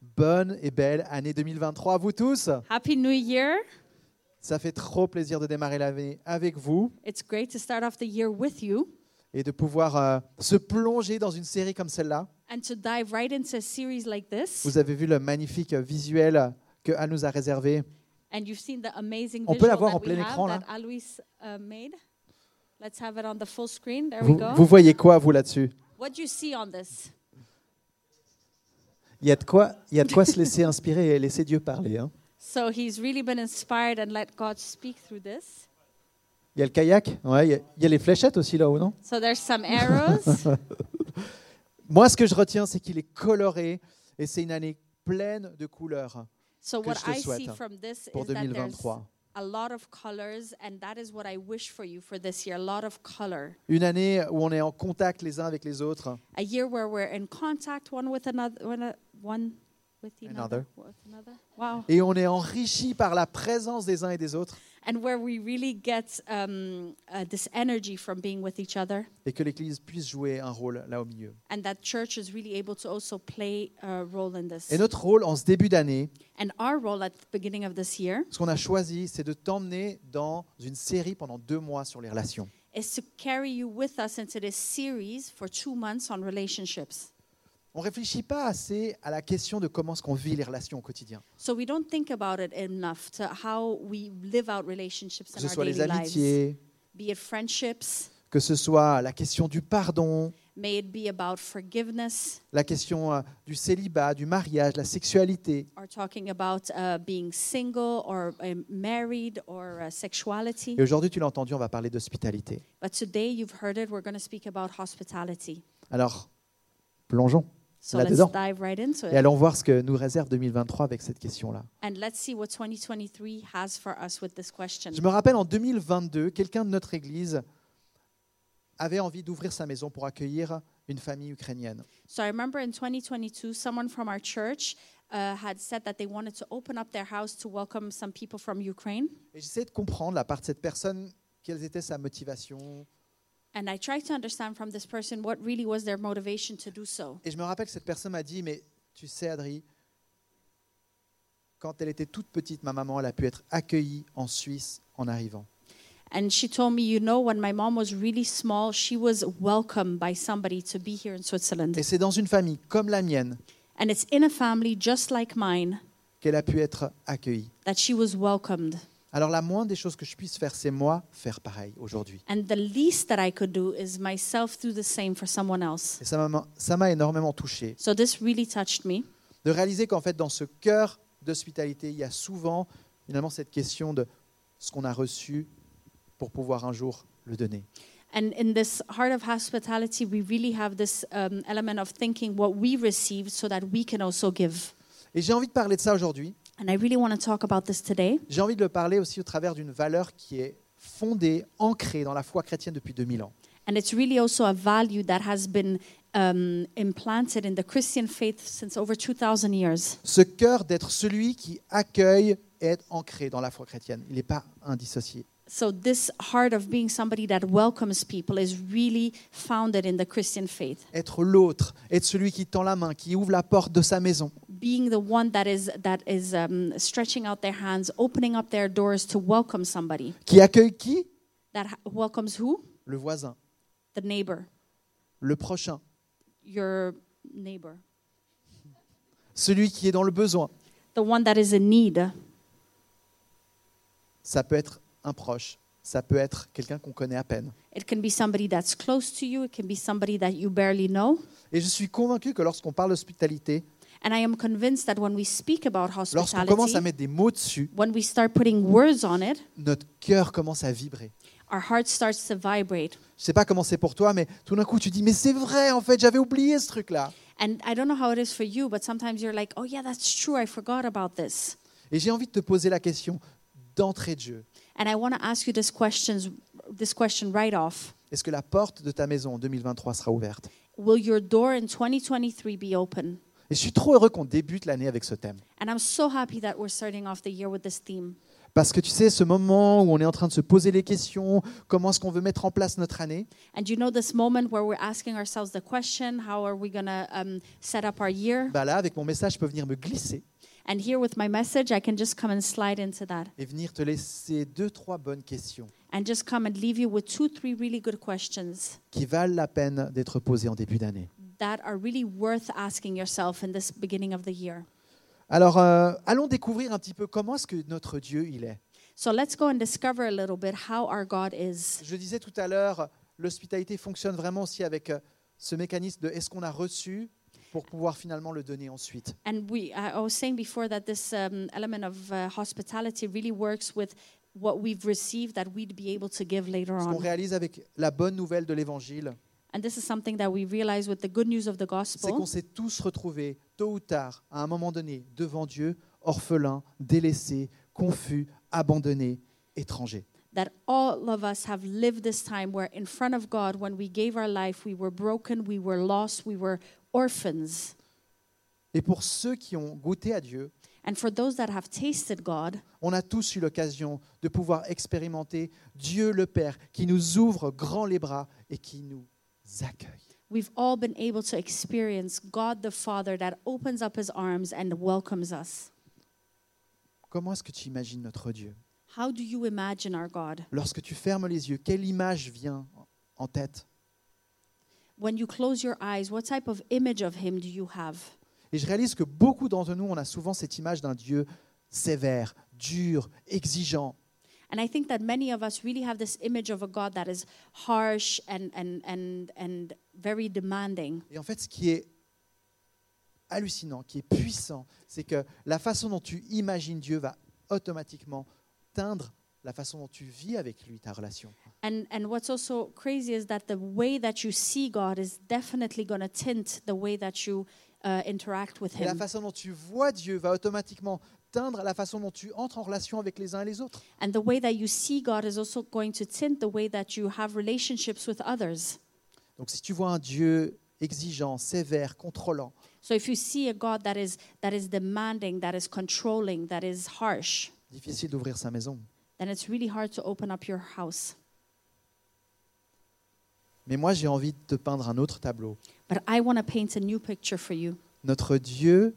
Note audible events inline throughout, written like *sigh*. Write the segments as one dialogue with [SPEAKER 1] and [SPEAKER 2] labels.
[SPEAKER 1] bonne et belle année 2023 à vous tous.
[SPEAKER 2] Happy New Year.
[SPEAKER 1] Ça fait trop plaisir de démarrer l'année avec vous
[SPEAKER 2] It's great to start off the year with you
[SPEAKER 1] et de pouvoir euh, se plonger dans une série comme celle-là.
[SPEAKER 2] and to dive right into a series like this.
[SPEAKER 1] Vous avez vu le magnifique visuel que Anne nous a réservé.
[SPEAKER 2] And you've seen the amazing
[SPEAKER 1] On peut
[SPEAKER 2] visual
[SPEAKER 1] l'avoir en
[SPEAKER 2] that we
[SPEAKER 1] plein
[SPEAKER 2] have
[SPEAKER 1] écran, là.
[SPEAKER 2] that Alois uh, made. Let's have it on the full screen. There we
[SPEAKER 1] Vous,
[SPEAKER 2] go.
[SPEAKER 1] vous voyez quoi, vous, là-dessus
[SPEAKER 2] What do you see on this?
[SPEAKER 1] Il y, a de quoi, il y a de quoi se
[SPEAKER 2] *laughs*
[SPEAKER 1] laisser inspirer et laisser Dieu parler. hein.
[SPEAKER 2] So he's really been inspired and let God speak through this.
[SPEAKER 1] Il y a le kayak, ouais, il, y a, il y a les fléchettes aussi là-haut, non
[SPEAKER 2] So
[SPEAKER 1] *laughs*
[SPEAKER 2] there's some arrows.
[SPEAKER 1] Moi, ce que je retiens, c'est qu'il est coloré et c'est une année pleine de couleurs
[SPEAKER 2] So
[SPEAKER 1] Que
[SPEAKER 2] what
[SPEAKER 1] je te
[SPEAKER 2] I see
[SPEAKER 1] souhaite
[SPEAKER 2] from this
[SPEAKER 1] pour
[SPEAKER 2] is that there's
[SPEAKER 1] 2023.
[SPEAKER 2] a lot of colors, and that is what I wish for you for this year. A lot of color.
[SPEAKER 1] Une année où on est en contact les uns avec les autres.
[SPEAKER 2] A year where we're in contact one with another, one, uh, one with another,
[SPEAKER 1] Another.
[SPEAKER 2] with another. Wow.
[SPEAKER 1] Et on est enrichi par la présence des uns et des autres.
[SPEAKER 2] And where we really get um, uh, this energy from being with each other,
[SPEAKER 1] Et que l'Église puisse jouer un rôle là au milieu.
[SPEAKER 2] and that church is really able to also play a role in this.
[SPEAKER 1] Et notre rôle en ce début d'année,
[SPEAKER 2] And our role at the beginning of this year
[SPEAKER 1] ce qu'on a choisi, c'est de t'emmener dans une série pendant deux mois sur les relations.
[SPEAKER 2] is to carry you with us into this series for two months on relationships.
[SPEAKER 1] On ne réfléchit pas assez à la question de comment est-ce qu'on vit les relations au quotidien.
[SPEAKER 2] So we don't think about it enough to how we live out relationships
[SPEAKER 1] Que
[SPEAKER 2] in
[SPEAKER 1] ce
[SPEAKER 2] our
[SPEAKER 1] soit les
[SPEAKER 2] daily lives.
[SPEAKER 1] amitiés,
[SPEAKER 2] Be it friendships,
[SPEAKER 1] que ce soit la question du pardon,
[SPEAKER 2] may it be about forgiveness,
[SPEAKER 1] la question euh, du célibat, du mariage, la sexualité.
[SPEAKER 2] or talking about uh, being single or um, married or uh, sexuality.
[SPEAKER 1] Et aujourd'hui, tu l'as entendu, on va parler d'hospitalité.
[SPEAKER 2] But today you've heard it, we're going to speak about hospitality.
[SPEAKER 1] Alors, plongeons
[SPEAKER 2] So
[SPEAKER 1] Là-dedans.
[SPEAKER 2] let's dive right into
[SPEAKER 1] et
[SPEAKER 2] it.
[SPEAKER 1] allons voir ce que nous réserve 2023 avec cette question-là.
[SPEAKER 2] And let's see what 2023 has for us with this question.
[SPEAKER 1] Je me rappelle en 2022, quelqu'un de notre église avait envie d'ouvrir sa maison pour accueillir une famille ukrainienne.
[SPEAKER 2] So I remember in 2022, someone from our church uh, had said that they wanted to open up their house to welcome some people from Ukraine.
[SPEAKER 1] Et j'essayais de comprendre, la part de cette personne, quelles étaient sa motivation.
[SPEAKER 2] And I tried to understand from this person what really was their motivation to do so.
[SPEAKER 1] Et je me rappelle que cette personne m'a dit, mais tu sais, Adri, quand elle était toute petite, ma maman, elle a pu être accueillie en Suisse en arrivant.
[SPEAKER 2] And she told me, you know, when my mom was really small, she was welcomed by somebody to be here in
[SPEAKER 1] Et
[SPEAKER 2] Switzerland.
[SPEAKER 1] c'est dans une famille comme la mienne
[SPEAKER 2] And it's in a family just like mine
[SPEAKER 1] qu'elle a pu être accueillie.
[SPEAKER 2] that she was welcomed.
[SPEAKER 1] Alors la moindre des choses que je puisse faire, c'est moi faire pareil aujourd'hui.
[SPEAKER 2] And the least that I could do is myself do the same for someone else.
[SPEAKER 1] Et ça m'a- ça m'a énormément touché
[SPEAKER 2] So this really touched me.
[SPEAKER 1] de réaliser qu'en fait dans ce cœur d'hospitalité, il y a souvent finalement cette question de ce qu'on a reçu pour pouvoir un jour le donner.
[SPEAKER 2] And in this heart of hospitality, we really have this um, element of thinking what we received so that we can also give.
[SPEAKER 1] Et j'ai envie de parler de ça aujourd'hui.
[SPEAKER 2] And I really want to talk about this today.
[SPEAKER 1] J'ai envie de le parler aussi au travers d'une valeur qui est fondée, ancrée dans la foi chrétienne depuis 2000 ans.
[SPEAKER 2] And it's really also a value that has been um, implanted in the Christian faith since over 2,000 years.
[SPEAKER 1] Ce cœur d'être celui qui accueille est ancré dans la foi chrétienne. Il n'est pas indissocié.
[SPEAKER 2] So, this heart of being somebody that welcomes people is really founded in the Christian faith.
[SPEAKER 1] être l'autre, être celui qui tend la main, qui ouvre la porte de sa maison.
[SPEAKER 2] Being the one that is, that is um, stretching out their hands, opening up their doors to welcome somebody.
[SPEAKER 1] Qui accueille qui
[SPEAKER 2] That ha- welcomes who?
[SPEAKER 1] Le voisin,
[SPEAKER 2] The neighbor,
[SPEAKER 1] le prochain,
[SPEAKER 2] your neighbor,
[SPEAKER 1] celui qui est dans le besoin.
[SPEAKER 2] the one that is in need.
[SPEAKER 1] Ça peut être un proche, ça peut être quelqu'un qu'on connaît à peine.
[SPEAKER 2] It can be somebody that's close to you, it can be somebody that you barely know.
[SPEAKER 1] Et je suis convaincu que lorsqu'on parle d'hospitalité,
[SPEAKER 2] And I am convinced that when we speak about
[SPEAKER 1] lorsqu'on commence à
[SPEAKER 2] hospitality,
[SPEAKER 1] mettre des mots dessus,
[SPEAKER 2] when we start putting words on it,
[SPEAKER 1] notre cœur commence à vibrer.
[SPEAKER 2] our heart starts to vibrate.
[SPEAKER 1] Je sais pas comment c'est pour toi, mais tout d'un coup tu dis mais c'est vrai en fait j'avais oublié ce truc-là.
[SPEAKER 2] And I don't know how it is for you, but sometimes you're like, oh, yeah, that's true. I forgot about this.
[SPEAKER 1] Et j'ai envie de te poser la question d'entrée de jeu.
[SPEAKER 2] And I want to ask you this, questions, this question right off
[SPEAKER 1] Est-ce que la porte de ta maison en 2023 sera ouverte
[SPEAKER 2] Will your door in 2023 be open?
[SPEAKER 1] Et je suis trop heureux qu'on débute l'année avec ce thème.
[SPEAKER 2] And I'm so happy that we're starting off the year with this theme.
[SPEAKER 1] Parce que tu sais, ce moment où on est en train de se poser les questions, comment est-ce qu'on veut mettre en place notre année,
[SPEAKER 2] And you know, this moment where we're asking ourselves the question, how are we going to um, set up our year?
[SPEAKER 1] bah là, avec mon message, je peux venir me glisser
[SPEAKER 2] And here with my message, I can just come and slide into that
[SPEAKER 1] et venir te laisser deux, trois bonnes questions
[SPEAKER 2] and just come and leave you with two, three really good questions
[SPEAKER 1] qui valent la peine d'être posées en début d'année.
[SPEAKER 2] that are really worth asking yourself in this beginning of the year.
[SPEAKER 1] Alors, euh, allons découvrir un petit peu comment est-ce que notre Dieu, il est.
[SPEAKER 2] So let's go and discover a little bit how our God is.
[SPEAKER 1] Je disais tout à l'heure, l'hospitalité fonctionne vraiment aussi avec euh, ce mécanisme de est-ce qu'on a reçu pour pouvoir finalement le donner ensuite.
[SPEAKER 2] And we, I I was saying before that this um, element of uh, hospitality really works with what we've received that we'd be able to give later
[SPEAKER 1] Ce qu'on
[SPEAKER 2] on.
[SPEAKER 1] réalise avec la bonne nouvelle de l'Évangile,
[SPEAKER 2] And this is something that we realize with the good news of the
[SPEAKER 1] c'est qu'on
[SPEAKER 2] gospel
[SPEAKER 1] s'est tous retrouvés, tôt ou tard, à un moment donné, devant Dieu, orphelins, délaissés, confus, abandonnés, étrangers.
[SPEAKER 2] that all of us have lived this time where, in front of God, when we gave our life, we were broken, we were lost, we were orphans.
[SPEAKER 1] Et pour ceux qui ont goûté à Dieu,
[SPEAKER 2] And for those that have tasted God,
[SPEAKER 1] on a tous eu l'occasion de pouvoir expérimenter Dieu le Père qui nous ouvre grand les bras et qui nous accueille.
[SPEAKER 2] we've all been able to experience God the Father that opens up his arms and welcomes us.
[SPEAKER 1] Comment est-ce que tu imagines notre Dieu
[SPEAKER 2] How do you imagine our God?
[SPEAKER 1] Lorsque tu fermes les yeux, quelle image vient en tête
[SPEAKER 2] When you close your eyes, what type of image of him do you have?
[SPEAKER 1] Et je réalise que beaucoup d'entre nous, on a souvent cette image d'un Dieu sévère, dur, exigeant.
[SPEAKER 2] And I think that many of us really have this image of a God that is harsh and, and, and, and very demanding.
[SPEAKER 1] Et en fait, ce qui est hallucinant, qui est puissant, c'est que la façon dont tu imagines Dieu va automatiquement teindre la façon dont tu vis avec lui ta relation.
[SPEAKER 2] And, and what's also crazy is that the way that you see God is definitely going to tint the way that you uh, interact with
[SPEAKER 1] Et la
[SPEAKER 2] Him.
[SPEAKER 1] façon dont tu vois Dieu va automatiquement teindre la façon dont tu entres en relation avec les uns et les autres.
[SPEAKER 2] And the way that you see God is also going to tint the way that you have relationships with others.
[SPEAKER 1] Donc si tu vois un Dieu exigeant, sévère, contrôlant,
[SPEAKER 2] So if you see a God that is, that is demanding, that is controlling, that is harsh,
[SPEAKER 1] difficile d'ouvrir sa maison.
[SPEAKER 2] then it's really hard to open up your house.
[SPEAKER 1] Mais moi j'ai envie de te peindre un autre tableau.
[SPEAKER 2] But I want to paint a new picture for you.
[SPEAKER 1] Notre Dieu,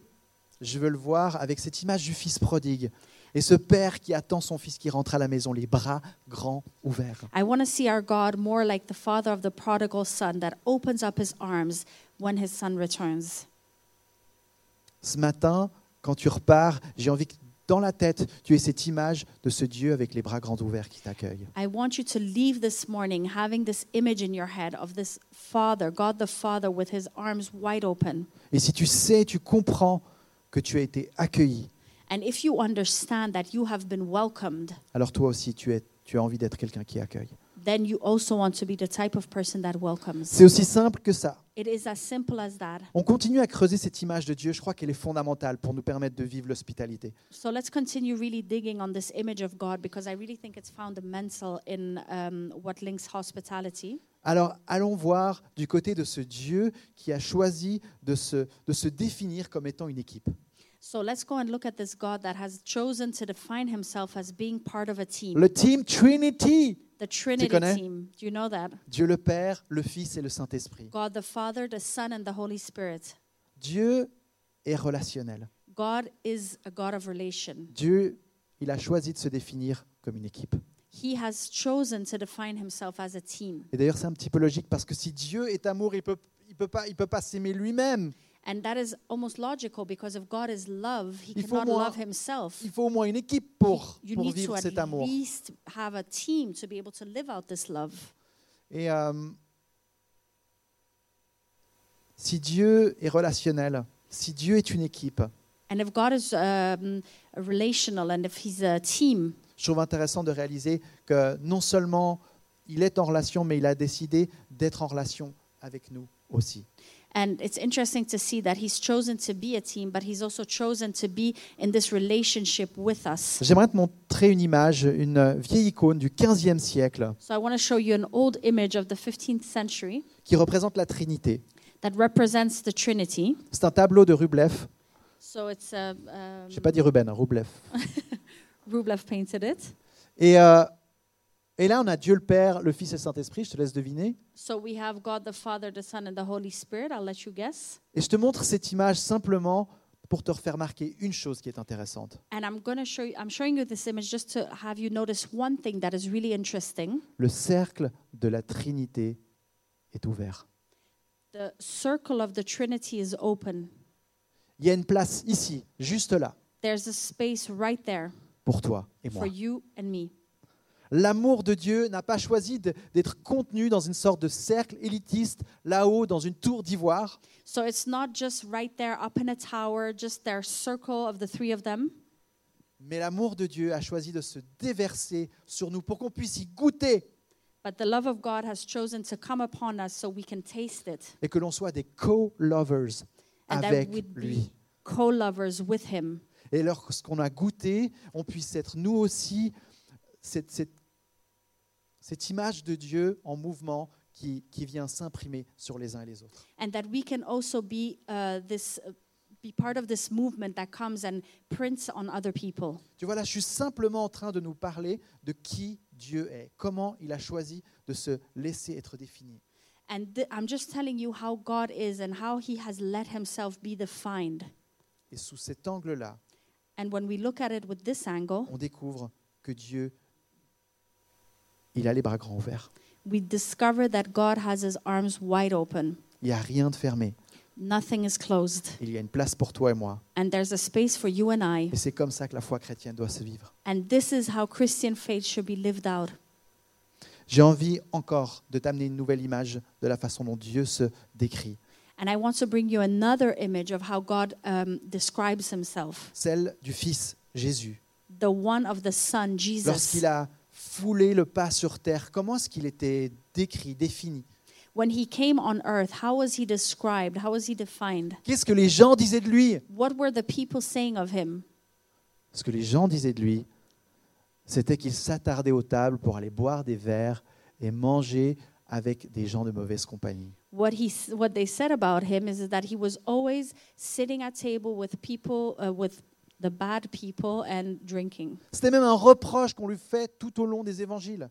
[SPEAKER 1] je veux le voir avec cette image du fils prodigue et ce père qui attend son fils qui rentre à la maison, les bras grands ouverts.
[SPEAKER 2] I want to see our God more like the father of the prodigal son that opens up his arms when his son returns.
[SPEAKER 1] Ce matin, quand tu repars, j'ai envie que dans la tête, tu aies cette image de ce Dieu avec les bras grands ouverts qui t'accueille.
[SPEAKER 2] I want you to leave this morning having this image in your head of this father, God the Father, with his arms wide open.
[SPEAKER 1] Et si tu sais, tu comprends que tu as été accueilli,
[SPEAKER 2] And if you understand that you have been welcomed,
[SPEAKER 1] alors toi aussi, tu, es, tu as envie d'être quelqu'un qui accueille.
[SPEAKER 2] then you also want to be the type of person that welcomes.
[SPEAKER 1] C'est aussi simple que ça.
[SPEAKER 2] It is as simple as that.
[SPEAKER 1] On continue à creuser cette image de Dieu. Je crois qu'elle est fondamentale pour nous permettre de vivre l'hospitalité.
[SPEAKER 2] So let's continue really digging on this image of God because I really think it's fundamental in um, what links hospitality.
[SPEAKER 1] Alors allons voir du côté de ce Dieu qui a choisi de se, de se définir comme étant une équipe.
[SPEAKER 2] So let's go and look at this God that has chosen to define himself as being part of a team,
[SPEAKER 1] Le team Trinity,
[SPEAKER 2] the Trinity
[SPEAKER 1] connais?
[SPEAKER 2] team. Do you know that?
[SPEAKER 1] Dieu le Père, le Fils et le Saint-Esprit.
[SPEAKER 2] God the Father, the Son, and the Holy Spirit.
[SPEAKER 1] Dieu est relationnel.
[SPEAKER 2] God is a God of relation.
[SPEAKER 1] Dieu, il a choisi de se définir comme une équipe.
[SPEAKER 2] He has chosen to define himself as a team.
[SPEAKER 1] Et d'ailleurs, c'est un petit peu logique parce que si Dieu est amour, il peut, il peut pas, il peut pas s'aimer lui-même.
[SPEAKER 2] And that is almost logical because if God is love, he
[SPEAKER 1] Il faut
[SPEAKER 2] cannot
[SPEAKER 1] moi-
[SPEAKER 2] love himself.
[SPEAKER 1] Il faut au moins une équipe pour,
[SPEAKER 2] you
[SPEAKER 1] pour
[SPEAKER 2] need to
[SPEAKER 1] vivre cet
[SPEAKER 2] at
[SPEAKER 1] amour.
[SPEAKER 2] least have a team to be able to live out this love.
[SPEAKER 1] Et euh, si Dieu est relationnel, si Dieu est une équipe,
[SPEAKER 2] And if God is um, relational and if He's a team,
[SPEAKER 1] je trouve intéressant de réaliser que non seulement il est en relation, mais il a décidé d'être en relation avec nous aussi.
[SPEAKER 2] and it's interesting to see that He's chosen to be a team, but He's also chosen to be in this relationship with us.
[SPEAKER 1] J'aimerais te montrer une image, une vieille icône du 15e siècle
[SPEAKER 2] So I want to show you an old image of the 15th century
[SPEAKER 1] qui représente la Trinité.
[SPEAKER 2] that represents the Trinity.
[SPEAKER 1] C'est un tableau de Rublev.
[SPEAKER 2] So it's a
[SPEAKER 1] Je n'ai
[SPEAKER 2] um,
[SPEAKER 1] pas dit Ruben, hein, Rublev.
[SPEAKER 2] Rublev painted it.
[SPEAKER 1] Et, euh, et là, on a Dieu le Père, le Fils et le Saint-Esprit, je te laisse deviner.
[SPEAKER 2] So we have God the Father, the Son, and the Holy Spirit. I'll let you guess.
[SPEAKER 1] Et je te montre cette image simplement pour te refaire marquer une chose qui est intéressante.
[SPEAKER 2] And I'm going to show you, I'm showing you this image just to have you notice one thing that is really interesting.
[SPEAKER 1] Le cercle de la Trinité est ouvert.
[SPEAKER 2] The circle of the Trinity is open.
[SPEAKER 1] Il y a une place ici, juste là,
[SPEAKER 2] There's a space right there
[SPEAKER 1] pour toi et moi.
[SPEAKER 2] for you and me.
[SPEAKER 1] L'amour de Dieu n'a pas choisi de- d'être contenu dans une sorte de cercle élitiste, là-haut, dans une tour d'ivoire.
[SPEAKER 2] So it's not just right there up in a tower, just their circle of the three of them.
[SPEAKER 1] Mais l'amour de Dieu a choisi de se déverser sur nous pour qu'on puisse y goûter
[SPEAKER 2] But the love of God has chosen to come upon us so we can taste it
[SPEAKER 1] et que l'on soit des co-lovers
[SPEAKER 2] and
[SPEAKER 1] avec
[SPEAKER 2] that we'd
[SPEAKER 1] lui.
[SPEAKER 2] be co lovers with Him.
[SPEAKER 1] Et lorsqu'on a goûté, on puisse être nous aussi cette, cette, cette image de Dieu en mouvement qui, qui vient s'imprimer sur les uns et les autres.
[SPEAKER 2] And that we can also be, uh, this, be part of this movement that comes and prints on other people.
[SPEAKER 1] Tu vois, là, je suis simplement en train de nous parler de qui Dieu est, comment il a choisi de se laisser être défini.
[SPEAKER 2] And th- I'm just telling you how God is and how He has let Himself be defined.
[SPEAKER 1] Et sous cet angle-là,
[SPEAKER 2] And when we look at it with this angle,
[SPEAKER 1] on découvre que Dieu, il a les bras grands ouverts.
[SPEAKER 2] we discover that God has His arms wide open.
[SPEAKER 1] Il n'y a rien de fermé.
[SPEAKER 2] Nothing is closed.
[SPEAKER 1] Il y a une place pour toi et moi.
[SPEAKER 2] And there's a space for you and I.
[SPEAKER 1] Et c'est comme ça que la foi chrétienne doit se vivre.
[SPEAKER 2] And this is how Christian faith should be lived out.
[SPEAKER 1] J'ai envie encore de t'amener une nouvelle image de la façon dont Dieu se décrit,
[SPEAKER 2] And I want to bring you another image of how God um, describes himself
[SPEAKER 1] celle du Fils Jésus.
[SPEAKER 2] the one of the Son, Jesus.
[SPEAKER 1] Lorsqu'il a foulé le pas sur terre, comment est-ce qu'il était décrit, défini
[SPEAKER 2] When he came on earth, how was he described? How was he defined?
[SPEAKER 1] Qu'est-ce que les gens disaient de lui
[SPEAKER 2] What were the people saying of him?
[SPEAKER 1] Ce que les gens disaient de lui, c'était qu'il s'attardait aux tables pour aller boire des verres et manger avec des gens de mauvaise compagnie.
[SPEAKER 2] What, he, s- what they said about him is that he was always sitting at table with people, uh, with the bad people, and drinking.
[SPEAKER 1] C'était même un reproche qu'on lui fait tout au long des évangiles.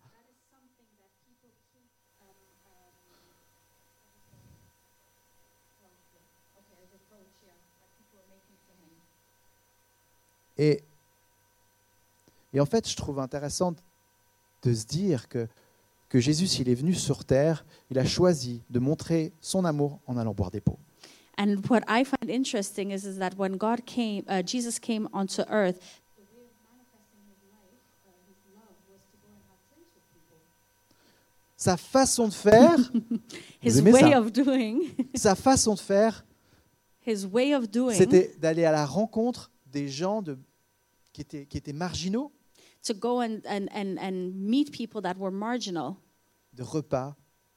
[SPEAKER 1] Et, et en fait, je trouve intéressant de se dire que, que Jésus, s'il est venu sur terre, il a choisi de montrer son amour en allant boire des pots.
[SPEAKER 2] And what I find interesting is, is that when God came, uh, Jesus came onto earth,
[SPEAKER 1] Sa façon de faire,
[SPEAKER 2] *laughs* his
[SPEAKER 1] aimez
[SPEAKER 2] way
[SPEAKER 1] ça.
[SPEAKER 2] of doing, *laughs*
[SPEAKER 1] sa façon de faire,
[SPEAKER 2] his way of doing,
[SPEAKER 1] c'était d'aller à la rencontre des gens de- qui, étaient, qui étaient marginaux,
[SPEAKER 2] to go and, and, and, and meet people that were marginal
[SPEAKER 1] de repas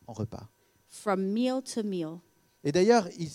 [SPEAKER 1] en repas.
[SPEAKER 2] from meal to meal.
[SPEAKER 1] Et d'ailleurs, il,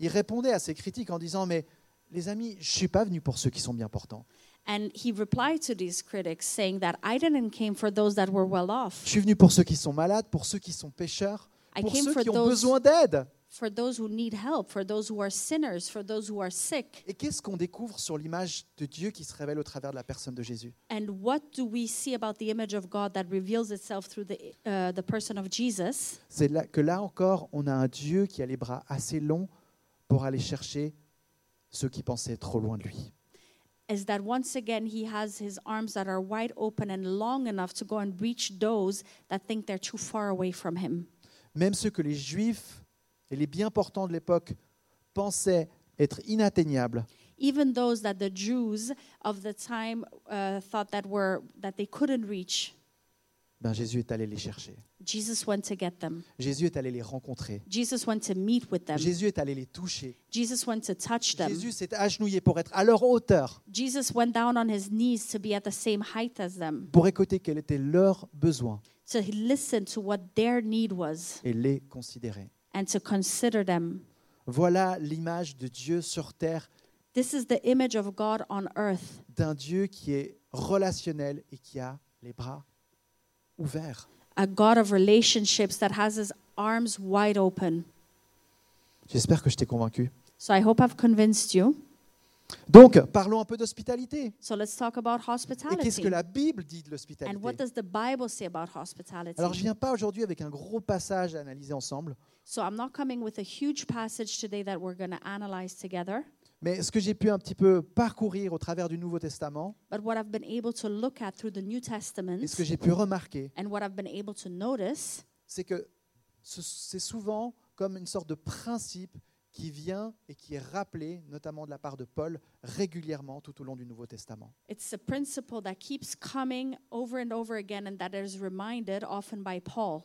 [SPEAKER 1] il répondait à ces critiques en disant, mais les amis, je ne suis pas venu pour ceux qui sont bien portants.
[SPEAKER 2] And he replied to these critics saying that I didn't came for those that were well
[SPEAKER 1] Je
[SPEAKER 2] off,
[SPEAKER 1] suis venu pour ceux qui sont malades, pour ceux qui sont pécheurs,
[SPEAKER 2] I
[SPEAKER 1] pour
[SPEAKER 2] came
[SPEAKER 1] ceux
[SPEAKER 2] for
[SPEAKER 1] qui ont
[SPEAKER 2] those-
[SPEAKER 1] besoin d'aide.
[SPEAKER 2] for those who need help, for those who are sinners, for those who are sick.
[SPEAKER 1] Et qu'est-ce qu'on découvre sur l'image de Dieu qui se révèle au travers de la personne de Jésus
[SPEAKER 2] And what do we see about the image of God that reveals itself through the, uh, the person of Jesus?
[SPEAKER 1] C'est là que là encore, on a un Dieu qui a les bras assez longs pour aller chercher ceux qui pensaient trop loin de lui.
[SPEAKER 2] is that once again he has his arms that are wide open and long enough to go and reach those that think they're too far away from him.
[SPEAKER 1] même ceux que les juifs et les bien portants de l'époque pensaient être inatteignables,
[SPEAKER 2] Even those that the Jews of the time uh, thought that were that they couldn't reach,
[SPEAKER 1] ben Jésus est allé les chercher.
[SPEAKER 2] Jesus went to get them.
[SPEAKER 1] Jésus est allé les rencontrer.
[SPEAKER 2] Jesus went to meet with them.
[SPEAKER 1] Jésus est allé les toucher.
[SPEAKER 2] Jesus went to touch them.
[SPEAKER 1] Jésus s'est agenouillé pour être à leur hauteur,
[SPEAKER 2] Jesus went down on his knees to be at the same height as them,
[SPEAKER 1] pour écouter quels étaient leurs besoins
[SPEAKER 2] to listen to what their need was
[SPEAKER 1] et les considérer.
[SPEAKER 2] and to consider them.
[SPEAKER 1] Voilà l'image de Dieu sur terre,
[SPEAKER 2] This is the image of God on earth.
[SPEAKER 1] d'un Dieu qui est relationnel et qui a les bras ouverts.
[SPEAKER 2] a God of relationships that has his arms wide open.
[SPEAKER 1] J'espère que je t'ai convaincu.
[SPEAKER 2] So I hope I've convinced you.
[SPEAKER 1] Donc, parlons un peu d'hospitalité.
[SPEAKER 2] So let's talk about
[SPEAKER 1] Et qu'est-ce
[SPEAKER 2] hospitality.
[SPEAKER 1] que la Bible dit de
[SPEAKER 2] And
[SPEAKER 1] l'hospitalité
[SPEAKER 2] what does the Bible say about hospitality?
[SPEAKER 1] Alors, je ne viens pas aujourd'hui avec un gros passage à analyser ensemble,
[SPEAKER 2] So I'm not coming with a huge passage today that we're going to analyze together,
[SPEAKER 1] Mais ce que j'ai pu un petit peu parcourir au travers du Nouveau Testament
[SPEAKER 2] But what I've been able to look at through the New
[SPEAKER 1] et
[SPEAKER 2] Testament
[SPEAKER 1] ce que j'ai pu remarquer,
[SPEAKER 2] and what I've been able to notice
[SPEAKER 1] c'est que ce- c'est souvent comme une sorte de principe qui vient et qui est rappelé, notamment de la part de Paul, régulièrement tout au long du Nouveau Testament.
[SPEAKER 2] It's a principle that keeps coming over and over again and that is reminded often by Paul.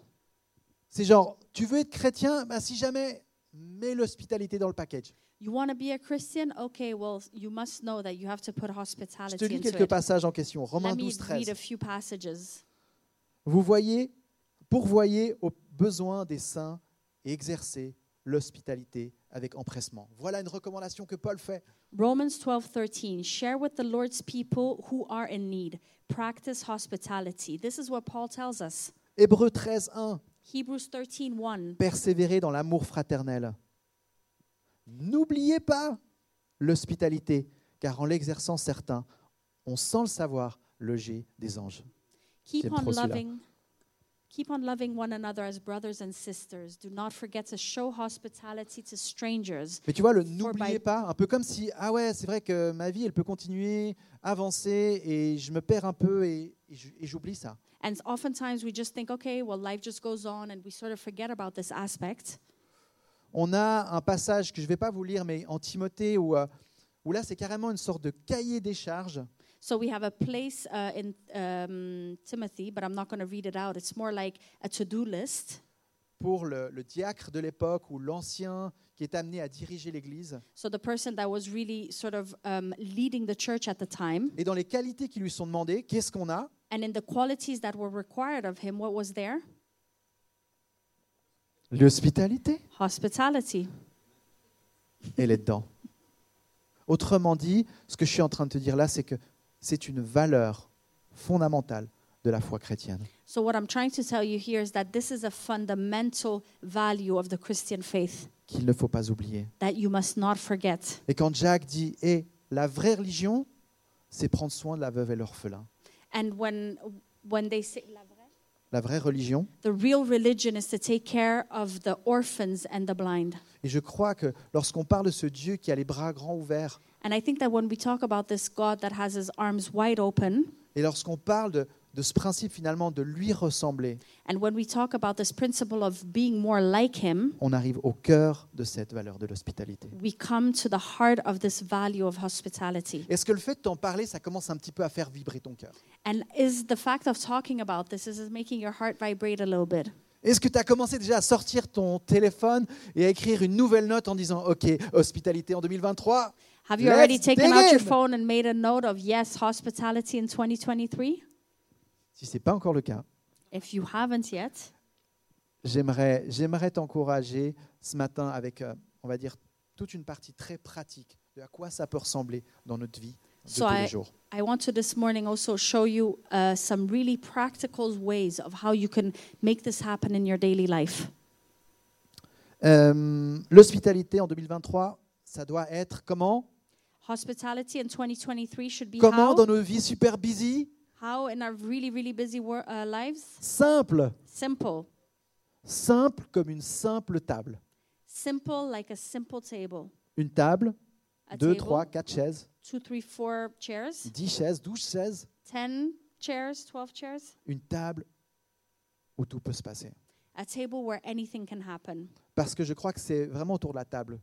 [SPEAKER 1] C'est genre, tu veux être chrétien Ben, Si jamais, mets l'hospitalité dans le package.
[SPEAKER 2] You want to be a Christian? Okay, well, you must know that you have to put
[SPEAKER 1] Je te
[SPEAKER 2] hospitality
[SPEAKER 1] lis
[SPEAKER 2] into
[SPEAKER 1] quelques
[SPEAKER 2] it.
[SPEAKER 1] passages en question. Romains
[SPEAKER 2] Let me
[SPEAKER 1] 12,
[SPEAKER 2] read
[SPEAKER 1] 13.
[SPEAKER 2] a few passages.
[SPEAKER 1] Vous voyez, pourvoyez aux besoins des saints et exercez l'hospitalité avec empressement. Voilà une recommandation que Paul fait.
[SPEAKER 2] Romans 12:13 Share with the Lord's people who are in need. Practice hospitality. This is what Paul tells us.
[SPEAKER 1] Hébreux 13, 1.
[SPEAKER 2] Hebrews 13:1
[SPEAKER 1] Persévérez dans l'amour fraternel. N'oubliez pas l'hospitalité, car en l'exerçant certains, on sans le savoir loger des anges.
[SPEAKER 2] Keep
[SPEAKER 1] J'aime
[SPEAKER 2] on
[SPEAKER 1] trop celui-là.
[SPEAKER 2] loving Keep on loving one another as brothers and sisters. Do not forget to show hospitality to strangers.
[SPEAKER 1] Mais tu vois, le
[SPEAKER 2] For by-
[SPEAKER 1] n'oubliez pas, un peu comme si, ah ouais, c'est vrai que ma vie, elle peut continuer, avancer, et je me perds un peu et- et j- et j'oublie ça.
[SPEAKER 2] And oftentimes we just think, okay, well, life just goes on, and we sort of forget about this aspect.
[SPEAKER 1] On a un passage que je ne vais pas vous lire, mais en Timothée, où, euh, où là, c'est carrément une sorte de cahier des charges.
[SPEAKER 2] So we have a place uh, in um, Timothy, but I'm not going to read it out. It's more like a to do list.
[SPEAKER 1] pour le, le diacre de l'époque ou l'ancien qui est amené à diriger l'Église
[SPEAKER 2] So the person that was really sort of um, leading the church at the time,
[SPEAKER 1] et dans les qualités qui lui sont demandées, qu'est-ce qu'on a
[SPEAKER 2] and in the qualities that were required of him, what was there?
[SPEAKER 1] L'hospitalité.
[SPEAKER 2] Hospitality.
[SPEAKER 1] Elle est dedans. Autrement dit, ce que je suis en train de te dire là, c'est que c'est une valeur fondamentale de la foi chrétienne.
[SPEAKER 2] So what I'm trying to tell you here is that this is a fundamental value of the Christian faith
[SPEAKER 1] qu'il ne faut pas oublier.
[SPEAKER 2] that you must not forget.
[SPEAKER 1] Et quand Jacques dit Eh, la vraie religion, c'est prendre soin de la veuve et l'orphelin.
[SPEAKER 2] And when when they say
[SPEAKER 1] La vraie religion,
[SPEAKER 2] The real religion is to take care of the orphans and the blind.
[SPEAKER 1] Et je crois que lorsqu'on parle de ce Dieu qui a les bras grands ouverts,
[SPEAKER 2] And I think that when we talk about this God that has his arms wide open,
[SPEAKER 1] et lorsqu'on parle de, de ce principe finalement de lui ressembler,
[SPEAKER 2] and when we talk about this principle of being more like him,
[SPEAKER 1] on arrive au cœur de cette valeur de l'hospitalité.
[SPEAKER 2] we come to the heart of this value of hospitality.
[SPEAKER 1] Est-ce que le fait de t'en parler, ça commence un petit peu à faire vibrer ton cœur
[SPEAKER 2] And is the fact of talking about this is it making your heart vibrate a little bit?
[SPEAKER 1] Est-ce que tu as commencé déjà à sortir ton téléphone et à écrire une nouvelle note en disant OK, hospitalité en 2023
[SPEAKER 2] Have you
[SPEAKER 1] Let's
[SPEAKER 2] already taken
[SPEAKER 1] dig
[SPEAKER 2] out your
[SPEAKER 1] in.
[SPEAKER 2] phone and made a note of yes, hospitality in 2023?
[SPEAKER 1] Si ce n'est pas encore le cas,
[SPEAKER 2] If you haven't yet,
[SPEAKER 1] j'aimerais j'aimerais t'encourager ce matin avec, euh, on va dire, toute une partie très pratique de à quoi ça peut ressembler dans notre vie de
[SPEAKER 2] So
[SPEAKER 1] tous les
[SPEAKER 2] I-
[SPEAKER 1] jours.
[SPEAKER 2] I want to this morning also show you uh, some really practical ways of how you can make this happen in your daily life.
[SPEAKER 1] Euh, L'hospitalité en 2023, ça doit être comment
[SPEAKER 2] Hospitality in 2023 should be
[SPEAKER 1] Comment
[SPEAKER 2] how,
[SPEAKER 1] dans nos vies super busy
[SPEAKER 2] how in our really, really busy wor- uh, lives?
[SPEAKER 1] Simple,
[SPEAKER 2] Simple.
[SPEAKER 1] simple comme une simple table.
[SPEAKER 2] Simple, like a simple table.
[SPEAKER 1] Une table,
[SPEAKER 2] A
[SPEAKER 1] deux,
[SPEAKER 2] table,
[SPEAKER 1] trois, quatre chaises,
[SPEAKER 2] two, three, four chairs,
[SPEAKER 1] dix chaises, douze chaises.
[SPEAKER 2] 10 chairs, 12 chairs.
[SPEAKER 1] Une table où tout peut se passer.
[SPEAKER 2] A table where anything can happen.
[SPEAKER 1] Parce que je crois que c'est vraiment autour de la table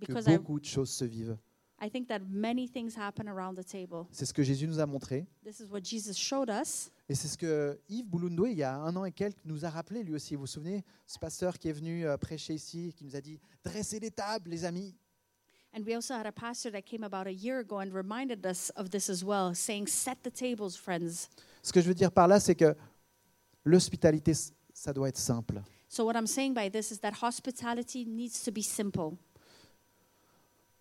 [SPEAKER 1] que
[SPEAKER 2] Because I,
[SPEAKER 1] beaucoup de choses se vivent.
[SPEAKER 2] I think that many things happen around the table.
[SPEAKER 1] C'est ce que Jésus nous a montré.
[SPEAKER 2] This is what Jesus showed us.
[SPEAKER 1] Et c'est ce que Yves Boulundoué, il y a un an et quelques, nous a rappelé lui aussi. Vous vous souvenez, ce pasteur qui est venu euh, prêcher ici, et qui nous a dit Dressez les tables, les amis.
[SPEAKER 2] And we also had a pastor that came about a year ago and reminded us of this as well, saying, Set the tables, friends.
[SPEAKER 1] Ce que je veux dire par là, c'est que l'hospitalité, c- ça doit être simple.
[SPEAKER 2] So, what I'm saying by this is that hospitality needs to be simple.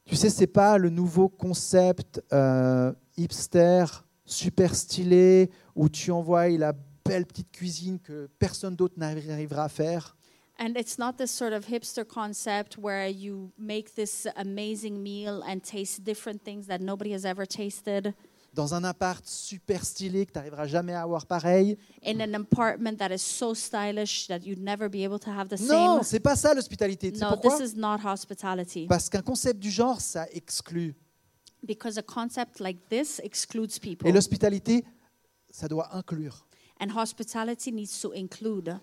[SPEAKER 1] Tu sais, c'est pas le nouveau concept euh, hipster, super stylé, où tu envoies la belle petite cuisine que personne d'autre n'arrivera à faire.
[SPEAKER 2] And it's not this sort of hipster concept where you make this amazing meal and taste different things that nobody has ever tasted.
[SPEAKER 1] dans un appart super stylé que tu n'arriveras jamais à avoir pareil.
[SPEAKER 2] in an apartment that is so stylish that you'd never be able to have the
[SPEAKER 1] Non,
[SPEAKER 2] same.
[SPEAKER 1] c'est pas ça l'hospitalité. Tu sais
[SPEAKER 2] No,
[SPEAKER 1] pourquoi
[SPEAKER 2] this is not hospitality.
[SPEAKER 1] Parce qu'un concept du genre, ça exclut.
[SPEAKER 2] because a concept like this excludes people.
[SPEAKER 1] Et l'hospitalité, ça doit inclure.
[SPEAKER 2] and hospitality needs to include.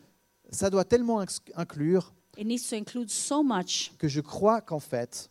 [SPEAKER 1] Ça doit tellement inx- inclure
[SPEAKER 2] It needs to include so much
[SPEAKER 1] que je crois qu'en fait,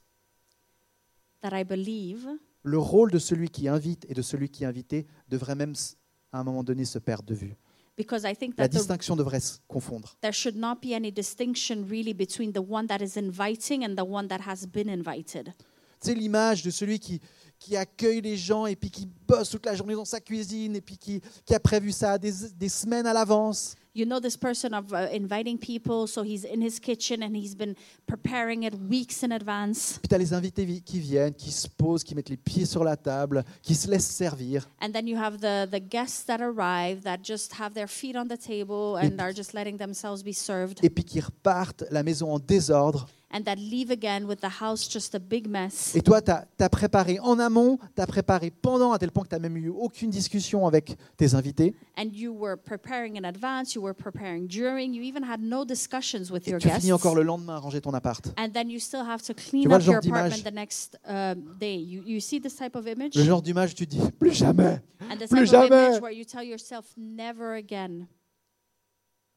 [SPEAKER 2] that I believe
[SPEAKER 1] le rôle de celui qui invite et de celui qui est invité devrait même, s- à un moment donné, se perdre de vue.
[SPEAKER 2] because I think
[SPEAKER 1] La
[SPEAKER 2] that the,
[SPEAKER 1] distinction devrait se confondre.
[SPEAKER 2] there should not be any distinction really between the one that is inviting and the one that has been invited.
[SPEAKER 1] Tu sais, l'image de celui qui, qui accueille les gens et puis qui bosse toute la journée dans sa cuisine et puis qui, qui a prévu ça des, des semaines à l'avance.
[SPEAKER 2] You know this person of uh, inviting people, so he's in his kitchen and he's been preparing it weeks in advance.
[SPEAKER 1] Puis tu as les invités vi- qui viennent, qui se posent, qui mettent les pieds sur la table, qui se laissent servir.
[SPEAKER 2] And then you have the, the guests that arrive that just have their feet on the table and are just letting themselves be served
[SPEAKER 1] et puis qui repartent la maison en désordre.
[SPEAKER 2] and that leave again with the house just a big mess.
[SPEAKER 1] Et toi, tu as, préparé en amont, tu as préparé pendant, à tel point que tu n'as même eu aucune discussion avec tes invités.
[SPEAKER 2] And you were preparing in advance, you were preparing during, you even had no discussions with
[SPEAKER 1] Et
[SPEAKER 2] your
[SPEAKER 1] tu
[SPEAKER 2] guests.
[SPEAKER 1] finis encore le lendemain à ranger ton appart.
[SPEAKER 2] And then you still have to clean
[SPEAKER 1] vois
[SPEAKER 2] up
[SPEAKER 1] le genre
[SPEAKER 2] your apartment
[SPEAKER 1] d'image?
[SPEAKER 2] the next uh, day. You, you see this type of image?
[SPEAKER 1] Le genre d'image, tu te dis, plus jamais.
[SPEAKER 2] and this
[SPEAKER 1] Plus
[SPEAKER 2] type of
[SPEAKER 1] jamais.
[SPEAKER 2] image where you tell yourself, never again.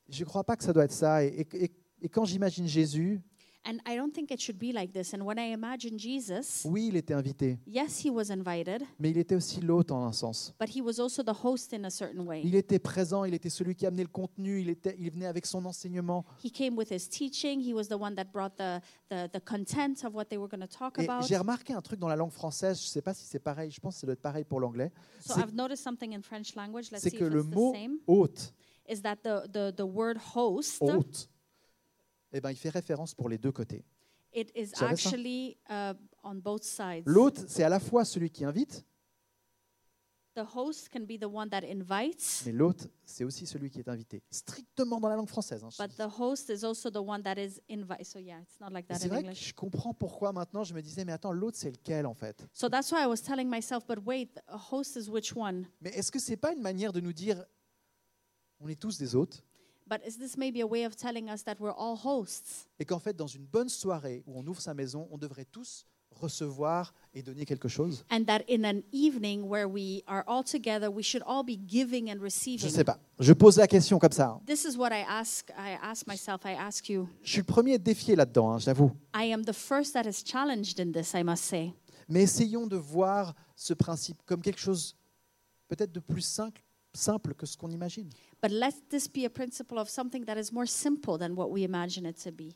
[SPEAKER 1] Je ne crois pas que ça doit être ça. Et, et- et- et quand j'imagine Jésus,
[SPEAKER 2] And I don't think it should be like this. And when I imagine Jesus,
[SPEAKER 1] oui, il était invité,
[SPEAKER 2] yes, he was invited,
[SPEAKER 1] mais il était aussi l'hôte en un sens.
[SPEAKER 2] but he was also the host in a certain way.
[SPEAKER 1] Il était présent, il était celui qui amenait le contenu, il, était, il venait avec son enseignement.
[SPEAKER 2] He came with his teaching, he was the one that brought the, the, the content of what they were going to talk
[SPEAKER 1] Et
[SPEAKER 2] about.
[SPEAKER 1] j'ai remarqué un truc dans la langue française, je ne sais pas si c'est pareil, je pense que ça doit être pareil pour l'anglais.
[SPEAKER 2] So
[SPEAKER 1] c'est-
[SPEAKER 2] I've noticed something in French language, let's
[SPEAKER 1] C'est
[SPEAKER 2] see if
[SPEAKER 1] que le
[SPEAKER 2] it's the
[SPEAKER 1] mot
[SPEAKER 2] same,
[SPEAKER 1] hôte,
[SPEAKER 2] is that the, the, the word host,
[SPEAKER 1] hôte, eh ben, il fait référence pour les deux côtés.
[SPEAKER 2] it is
[SPEAKER 1] Savais ça?
[SPEAKER 2] actually uh, on both sides.
[SPEAKER 1] L'hôte, c'est à la fois celui qui invite,
[SPEAKER 2] The host can be the one that invites,
[SPEAKER 1] mais l'hôte, c'est aussi celui qui est invité. Strictement dans la langue française. hein, je
[SPEAKER 2] but
[SPEAKER 1] dis.
[SPEAKER 2] the host is also the one that is invited. So yeah, it's not like
[SPEAKER 1] Et
[SPEAKER 2] that
[SPEAKER 1] c'est
[SPEAKER 2] in
[SPEAKER 1] vrai que
[SPEAKER 2] English.
[SPEAKER 1] je comprends pourquoi maintenant je me disais, mais attends, l'hôte, c'est lequel en fait
[SPEAKER 2] So that's why I was telling myself, but wait, a host is which one?
[SPEAKER 1] Mais est-ce que c'est pas une manière de nous dire, on est tous des hôtes
[SPEAKER 2] But is this maybe a way of telling us that we're all hosts?
[SPEAKER 1] et qu'en fait, dans une bonne soirée où on ouvre sa maison, on devrait tous recevoir et donner quelque chose
[SPEAKER 2] And that in an evening where we are all together, we should all be giving and
[SPEAKER 1] Je
[SPEAKER 2] receiving.
[SPEAKER 1] ne sais pas. Je pose la question comme ça. hein.
[SPEAKER 2] This is what I ask I ask myself, I ask you.
[SPEAKER 1] Je suis le premier à être défier là-dedans, hein, je l'avoue.
[SPEAKER 2] I am the first that is challenged in this, I must say.
[SPEAKER 1] Mais essayons de voir ce principe comme quelque chose peut-être de plus simple, simple que ce qu'on imagine.
[SPEAKER 2] But let this be a principle of something that is more simple than what we imagine it to be.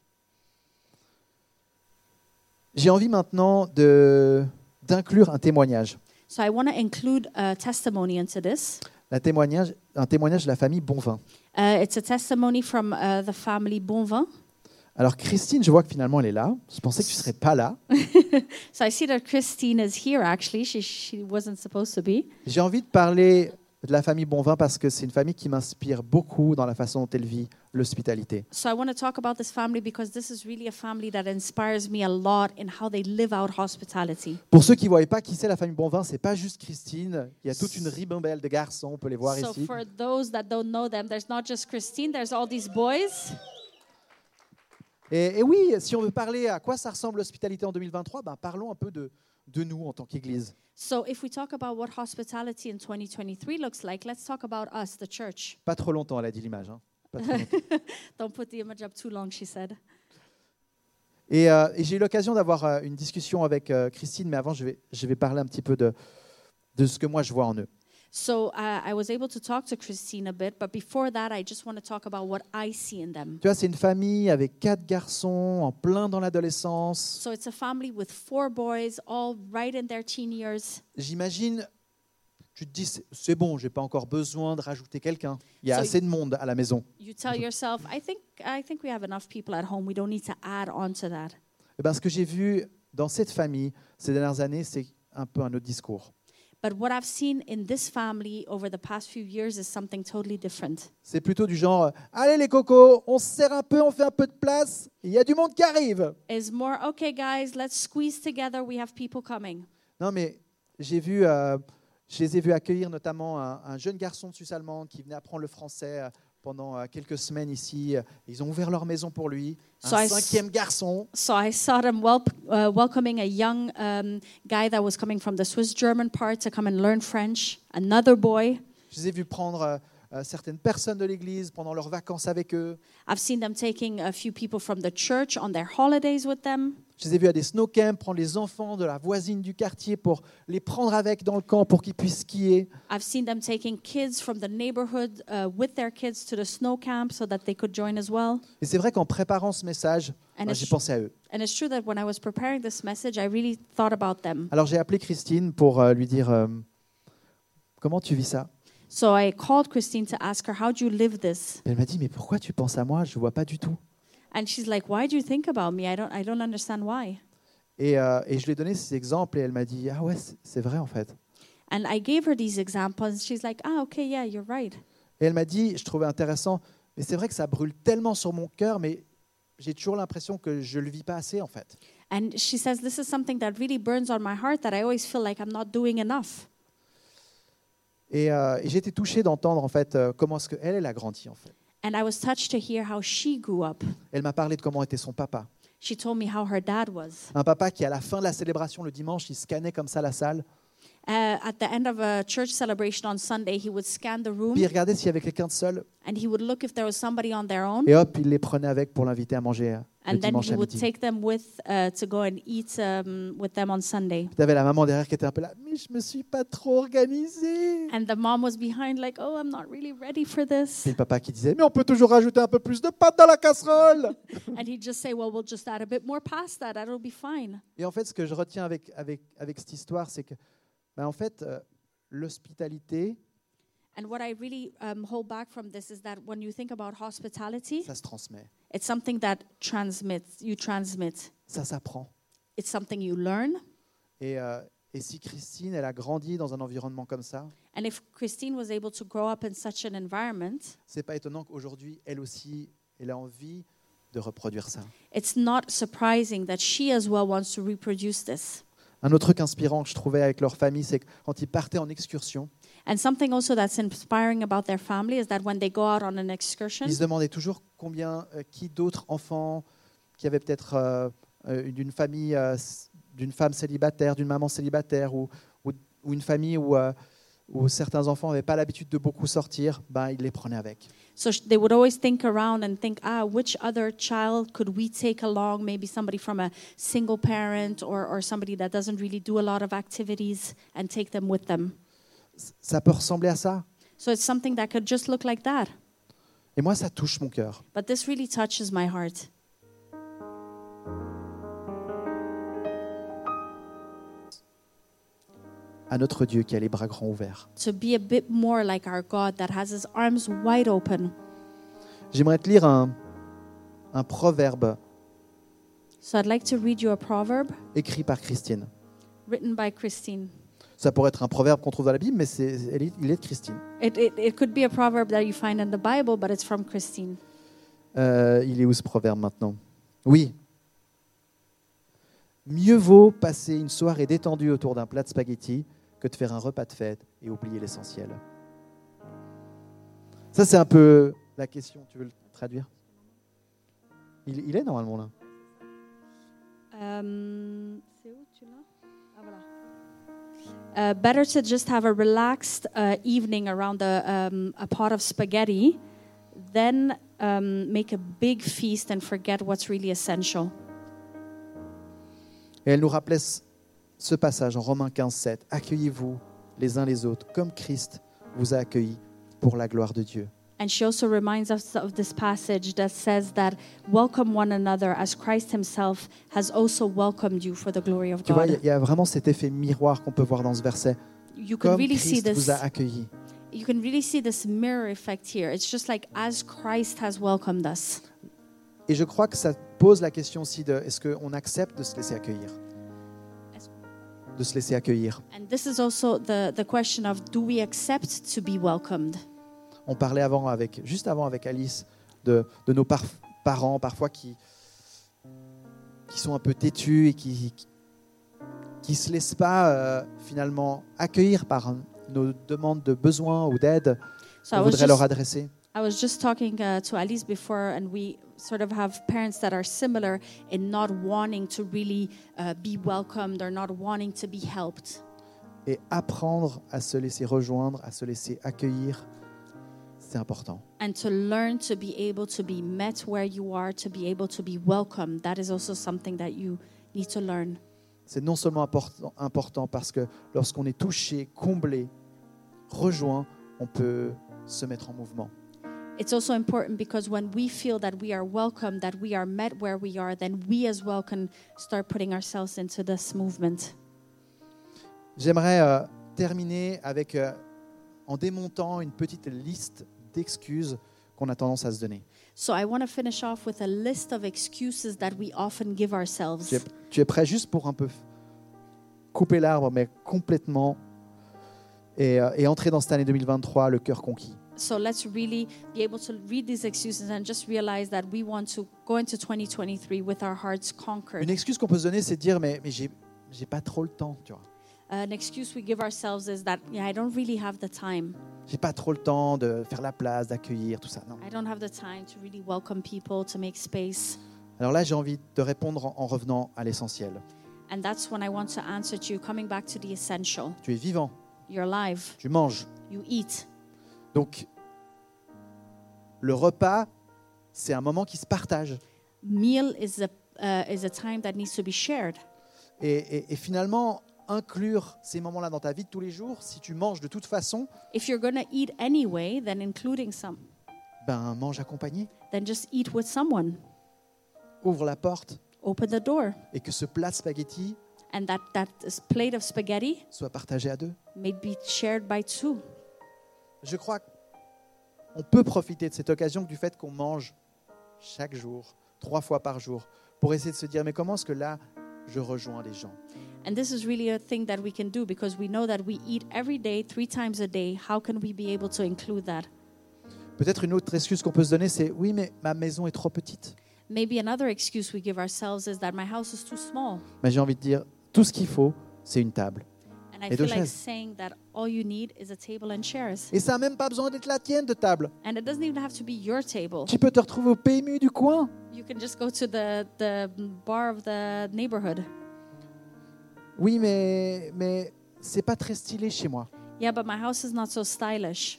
[SPEAKER 1] J'ai envie maintenant de- d'inclure un témoignage.
[SPEAKER 2] So I want to include a testimony into this.
[SPEAKER 1] La témoignage. Un témoignage de la famille Bonvin.
[SPEAKER 2] Uh, it's a testimony from uh, the family Bonvin.
[SPEAKER 1] Alors Christine, je vois que finalement elle est là. Je pensais que tu ne serais pas là.
[SPEAKER 2] So I see that Christine is here actually. She, she wasn't supposed to be.
[SPEAKER 1] J'ai envie de parler de la famille Bonvin parce que c'est une famille qui m'inspire beaucoup dans la façon dont elle vit l'hospitalité.
[SPEAKER 2] So I want to talk about this family because this is really a family that inspires me a lot in how they live out hospitality.
[SPEAKER 1] Pour ceux qui ne voyaient pas qui c'est la famille Bonvin, c'est pas juste Christine. Il y a toute une ribambelle de garçons, on peut les voir
[SPEAKER 2] So
[SPEAKER 1] ici.
[SPEAKER 2] for those that don't know them, there's not just Christine, there's all these boys.
[SPEAKER 1] Et, et oui, si on veut parler à quoi ça ressemble l'hospitalité en 2023, ben parlons un peu de, de nous en tant qu'Église.
[SPEAKER 2] So if we talk about what hospitality in 2023 looks like, let's talk about us, the church.
[SPEAKER 1] Pas trop longtemps, elle a dit l'image. hein. Pas trop longtemps.
[SPEAKER 2] Don't put the image up too long, she said.
[SPEAKER 1] Et, euh, et j'ai eu l'occasion d'avoir euh, une discussion avec euh, Christine, mais avant, je vais, je vais parler un petit peu de, de ce que moi je vois en eux.
[SPEAKER 2] So uh, I was able to talk to Christine a bit, but before that, I just want to talk about what I see in them.
[SPEAKER 1] Tu vois, c'est une famille avec quatre garçons, en plein dans l'adolescence.
[SPEAKER 2] So it's a family with four boys, all right in their teen years.
[SPEAKER 1] J'imagine, tu te dis, c'est- c'est bon, j'ai pas encore besoin de rajouter quelqu'un. Il y a
[SPEAKER 2] So-
[SPEAKER 1] assez de monde à la maison.
[SPEAKER 2] You tell yourself, I think I think we have enough people at home. We don't need to add on to that.
[SPEAKER 1] Et ben, ce que j'ai vu dans cette famille ces dernières années, c'est un peu un autre discours.
[SPEAKER 2] But what I've seen in this family over the past few years is something totally different.
[SPEAKER 1] C'est plutôt du genre euh, Allez les cocos, on se serre un peu, on fait un peu de place, il y a du monde qui arrive.
[SPEAKER 2] Is more okay, guys. Let's squeeze together. We have people coming.
[SPEAKER 1] Non mais j'ai vu, euh, j'ai- Je les ai vus accueillir notamment un, un jeune garçon de Suisse allemande qui venait apprendre le français euh, pendant euh, quelques semaines ici. Euh, Ils ont ouvert leur maison pour lui. Un
[SPEAKER 2] So I s-
[SPEAKER 1] cinquième garçon.
[SPEAKER 2] So I saw them wel- uh, welcoming a young um, guy that was coming from the Swiss German part to come and learn French, another boy.
[SPEAKER 1] Je les ai vus prendre euh, euh, certaines personnes de l'église pendant leurs vacances avec eux.
[SPEAKER 2] I've seen them taking a few people from the church on their holidays with them.
[SPEAKER 1] Je les ai vus à des snow camps prendre les enfants de la voisine du quartier pour les prendre avec dans le camp pour qu'ils puissent skier.
[SPEAKER 2] I've seen them taking kids from the neighborhood uh, with their kids to the snow camp so that they could join as well.
[SPEAKER 1] Et c'est vrai qu'en préparant ce message,
[SPEAKER 2] And
[SPEAKER 1] ben,
[SPEAKER 2] it's-
[SPEAKER 1] j'ai pensé à eux.
[SPEAKER 2] And it's true that when I was preparing this message, I really thought about them.
[SPEAKER 1] Alors j'ai appelé Christine pour euh, lui dire euh, comment tu vis ça.
[SPEAKER 2] So I called Christine to ask her, How do you live this?
[SPEAKER 1] Elle m'a dit mais pourquoi tu penses à moi Je vois pas du tout.
[SPEAKER 2] And she's like, Why do you think about me? I don't, I don't understand why.
[SPEAKER 1] Et, euh, et je lui ai donné ces exemples et elle m'a dit ah ouais c'est- c'est vrai en fait.
[SPEAKER 2] And I gave her these examples. She's like, Ah, okay, yeah, you're right.
[SPEAKER 1] Et elle m'a dit je trouvais intéressant mais c'est vrai que ça brûle tellement sur mon cœur mais j'ai toujours l'impression que je le vis pas assez en fait.
[SPEAKER 2] And she says, This is something that really burns on my heart that I always feel like I'm not doing enough.
[SPEAKER 1] Et, euh, et j'ai été touché d'entendre en fait euh, comment est-ce que elle, elle a grandi en fait.
[SPEAKER 2] And I was touched to hear how she grew up.
[SPEAKER 1] Elle m'a parlé de comment était son papa.
[SPEAKER 2] She told me how her dad was.
[SPEAKER 1] Un papa qui à la fin de la célébration le dimanche il scannait comme ça la salle
[SPEAKER 2] Uh, at the end of a church celebration on Sunday, he would scan the room
[SPEAKER 1] puis il regardait s'il y avait quelqu'un de seul
[SPEAKER 2] and he would look if there was somebody on their own.
[SPEAKER 1] Et hop, il les prenait avec pour l'inviter à manger euh, le
[SPEAKER 2] And then
[SPEAKER 1] dimanche
[SPEAKER 2] he
[SPEAKER 1] à
[SPEAKER 2] would
[SPEAKER 1] midi.
[SPEAKER 2] take them with uh, to go and eat um, with them on Sunday.
[SPEAKER 1] Tu avais la maman derrière qui était un peu là, mais je me suis pas trop organisée.
[SPEAKER 2] And the mom was behind, like, oh, I'm not really ready for this.
[SPEAKER 1] Et le papa qui disait, mais on peut toujours rajouter un peu plus de pâtes dans la casserole.
[SPEAKER 2] And he'd just say, well, we'll just add a bit more pasta. That'll be fine.
[SPEAKER 1] Et en fait, ce que je retiens avec, avec, avec cette histoire, c'est que, ben, en fait, euh, l'hospitalité,
[SPEAKER 2] And what I really um, hold back from this is that when you think about hospitality,
[SPEAKER 1] ça se transmet,
[SPEAKER 2] it's something that transmits, you transmit.
[SPEAKER 1] ça s'apprend.
[SPEAKER 2] It's something you learn.
[SPEAKER 1] Et, euh, et si Christine, elle a grandi dans un environnement comme ça,
[SPEAKER 2] And if Christine was able to grow up in such an environment,
[SPEAKER 1] c'est pas étonnant qu'aujourd'hui, elle aussi, elle a envie de reproduire ça.
[SPEAKER 2] it's not surprising that she as well wants to reproduce this.
[SPEAKER 1] Un autre truc inspirant que je trouvais avec leur famille, c'est que quand ils partaient en excursion,
[SPEAKER 2] And something also that's inspiring about their family is that when they go out on an excursion,
[SPEAKER 1] Ils se demandaient toujours combien, euh, qui d'autres enfants qui avaient peut-être euh, euh, d'une famille, euh, s- d'une femme célibataire, d'une maman célibataire, ou, ou- ou une famille où, euh, où certains enfants n'avaient pas l'habitude de beaucoup sortir, ben, ils les prenaient avec.
[SPEAKER 2] so sh- they would always think around and think, ah, which other child could we take along? Maybe somebody from a single parent or, or somebody that doesn't really do a lot of activities and take them with them.
[SPEAKER 1] C- Ça peut ressembler à ça.
[SPEAKER 2] So it's something that could just look like that.
[SPEAKER 1] Et moi, ça touche mon cœur.
[SPEAKER 2] But this really touches my heart.
[SPEAKER 1] À notre Dieu qui a les bras grands ouverts.
[SPEAKER 2] To be a bit more like our God that has his arms wide open.
[SPEAKER 1] J'aimerais te lire un, un proverbe
[SPEAKER 2] So I'd like to read you a proverb
[SPEAKER 1] écrit par Christine.
[SPEAKER 2] written by Christine.
[SPEAKER 1] Ça pourrait être un proverbe qu'on trouve dans la Bible, mais c'est, elle est- il est de Christine.
[SPEAKER 2] It, it, it could be a proverb that you find in the Bible, but it's from Christine.
[SPEAKER 1] Euh, il est où ce proverbe maintenant Oui. Mieux vaut passer une soirée détendue autour d'un plat de spaghettis que de faire un repas de fête et oublier l'essentiel. Ça, c'est un peu la question. Tu veux le traduire il, il est normalement là.
[SPEAKER 2] Um, c'est où, tu l'as? Ah, voilà. Uh, better to just have a relaxed uh, evening around a, um, a pot of spaghetti than um, make a big feast and forget what's really essential.
[SPEAKER 1] Et elle nous rappelait ce ce passage en Romains 15, 7. Accueillez-vous les uns les autres comme Christ vous a accueillis pour la gloire de Dieu.
[SPEAKER 2] And she also reminds us of this passage that says that welcome one another as Christ himself has also welcomed you for the glory of
[SPEAKER 1] Tu vois, il y a-
[SPEAKER 2] God.
[SPEAKER 1] il y a vraiment cet effet miroir qu'on peut voir dans ce verset.
[SPEAKER 2] You can
[SPEAKER 1] Comme
[SPEAKER 2] really see
[SPEAKER 1] Christ
[SPEAKER 2] this
[SPEAKER 1] vous a accueillis.
[SPEAKER 2] you can really see this mirror effect here. It's just like as Christ has welcomed us.
[SPEAKER 1] Et je crois que ça pose la question aussi de est-ce qu'on accepte de se laisser accueillir
[SPEAKER 2] Est-ce-
[SPEAKER 1] De se laisser accueillir.
[SPEAKER 2] And this is also the, the question of do we accept to be welcomed?
[SPEAKER 1] On parlait avant avec, juste avant avec Alice de, de nos par- parents parfois qui, qui sont un peu têtus et qui qui, qui se laissent pas euh, finalement accueillir par un- nos demandes de besoins ou d'aide
[SPEAKER 2] So I
[SPEAKER 1] qu'on
[SPEAKER 2] was
[SPEAKER 1] voudrait leur
[SPEAKER 2] just,
[SPEAKER 1] adresser.
[SPEAKER 2] I was just talking uh, to Alice before, and we sort of have parents that are similar in not wanting to really uh, be welcomed or not wanting to be helped.
[SPEAKER 1] Et apprendre à se laisser rejoindre, à se laisser accueillir, c'est important.
[SPEAKER 2] And to learn to be able to be met where you are, to be able to be welcomed, that is also something that you need to learn.
[SPEAKER 1] C'est non seulement important, important parce que lorsqu'on est touché, comblé, rejoint, on peut se mettre en mouvement.
[SPEAKER 2] It's also important because when we feel that we are welcome, that we are met where we are, then we as well can start putting ourselves into this movement.
[SPEAKER 1] J'aimerais euh, terminer avec, euh, en démontant une petite liste d'excuses qu'on a tendance à se donner.
[SPEAKER 2] So I want to finish off with a list of excuses that we often give ourselves.
[SPEAKER 1] Tu es, tu es prêt juste pour un peu couper l'arbre, mais complètement, et, euh, et entrer dans cette année 2023 le cœur conquis.
[SPEAKER 2] So let's really be able to read these excuses and just realize that we want to go into 2023 with our hearts
[SPEAKER 1] Une
[SPEAKER 2] conquered.
[SPEAKER 1] excuse qu'on peut se donner, c'est de dire mais, mais j'ai, j'ai pas trop le temps, tu vois.
[SPEAKER 2] An excuse we give ourselves is that yeah, I don't really have the time.
[SPEAKER 1] J'ai pas trop le temps de faire la place, d'accueillir, tout ça. Non.
[SPEAKER 2] I don't have the time to really welcome people, to make space.
[SPEAKER 1] Alors là, j'ai envie de répondre en- en revenant à l'essentiel.
[SPEAKER 2] And that's when I want to answer to you, coming back to the essential.
[SPEAKER 1] Tu es vivant,
[SPEAKER 2] You're alive.
[SPEAKER 1] tu manges.
[SPEAKER 2] You eat.
[SPEAKER 1] Donc, le repas, c'est un moment qui se partage.
[SPEAKER 2] Meal is a uh, is a time that needs to be shared.
[SPEAKER 1] Et, et- et finalement, inclure ces moments-là dans ta vie de tous les jours, si tu manges de toute façon,
[SPEAKER 2] If you're gonna eat anyway, then including some,
[SPEAKER 1] ben mange accompagné,
[SPEAKER 2] then just eat with someone.
[SPEAKER 1] ouvre la porte
[SPEAKER 2] Open the door,
[SPEAKER 1] et que ce plat de spaghetti
[SPEAKER 2] and that that is plate of spaghetti
[SPEAKER 1] soit partagé à deux.
[SPEAKER 2] may be shared by two.
[SPEAKER 1] Je crois qu'on peut profiter de cette occasion du fait qu'on mange chaque jour, trois fois par jour, pour essayer de se dire mais comment est-ce que là je rejoins les gens
[SPEAKER 2] And this is really a thing that we can do because we know that we eat every day, three times a day. How can we be able to include that?
[SPEAKER 1] Peut-être une autre excuse qu'on peut se donner, c'est oui mais ma maison est trop petite.
[SPEAKER 2] Maybe another excuse we give ourselves is that my house is too small.
[SPEAKER 1] Mais j'ai envie de dire tout ce qu'il faut, c'est une table.
[SPEAKER 2] And I
[SPEAKER 1] Et deux
[SPEAKER 2] feel like
[SPEAKER 1] chaises.
[SPEAKER 2] saying that all you need is a table and chairs.
[SPEAKER 1] Et ça n'a même pas besoin d'être la tienne de table.
[SPEAKER 2] And it doesn't even have to be your table.
[SPEAKER 1] Tu peux te retrouver au PMU du coin.
[SPEAKER 2] You can just go to the, the bar of the neighborhood.
[SPEAKER 1] Oui, mais, mais c'est pas très stylé chez moi.
[SPEAKER 2] Yeah, but my house is not so stylish.